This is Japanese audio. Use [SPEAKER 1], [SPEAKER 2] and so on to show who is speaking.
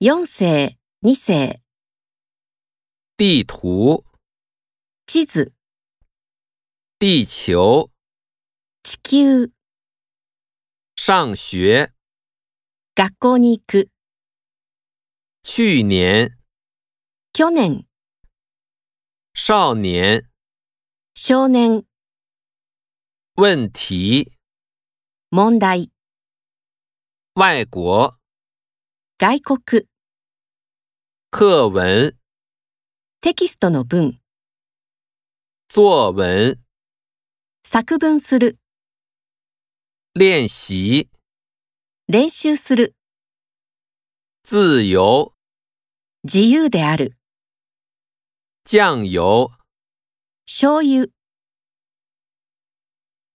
[SPEAKER 1] 4世、2世、
[SPEAKER 2] 地图、
[SPEAKER 1] 地図、
[SPEAKER 2] 地球、
[SPEAKER 1] 地球、
[SPEAKER 2] 上学。
[SPEAKER 1] 学校に行く、
[SPEAKER 2] 去年、
[SPEAKER 1] 去年、
[SPEAKER 2] 少年、
[SPEAKER 1] 少年、
[SPEAKER 2] 问题、
[SPEAKER 1] 問題、
[SPEAKER 2] 外国、
[SPEAKER 1] 外国、
[SPEAKER 2] 课文、
[SPEAKER 1] テキストの文、
[SPEAKER 2] 作文、
[SPEAKER 1] 作文する、
[SPEAKER 2] 练习、
[SPEAKER 1] 練習する、
[SPEAKER 2] 自由、
[SPEAKER 1] 自由である、
[SPEAKER 2] 酱油。
[SPEAKER 1] 醤油。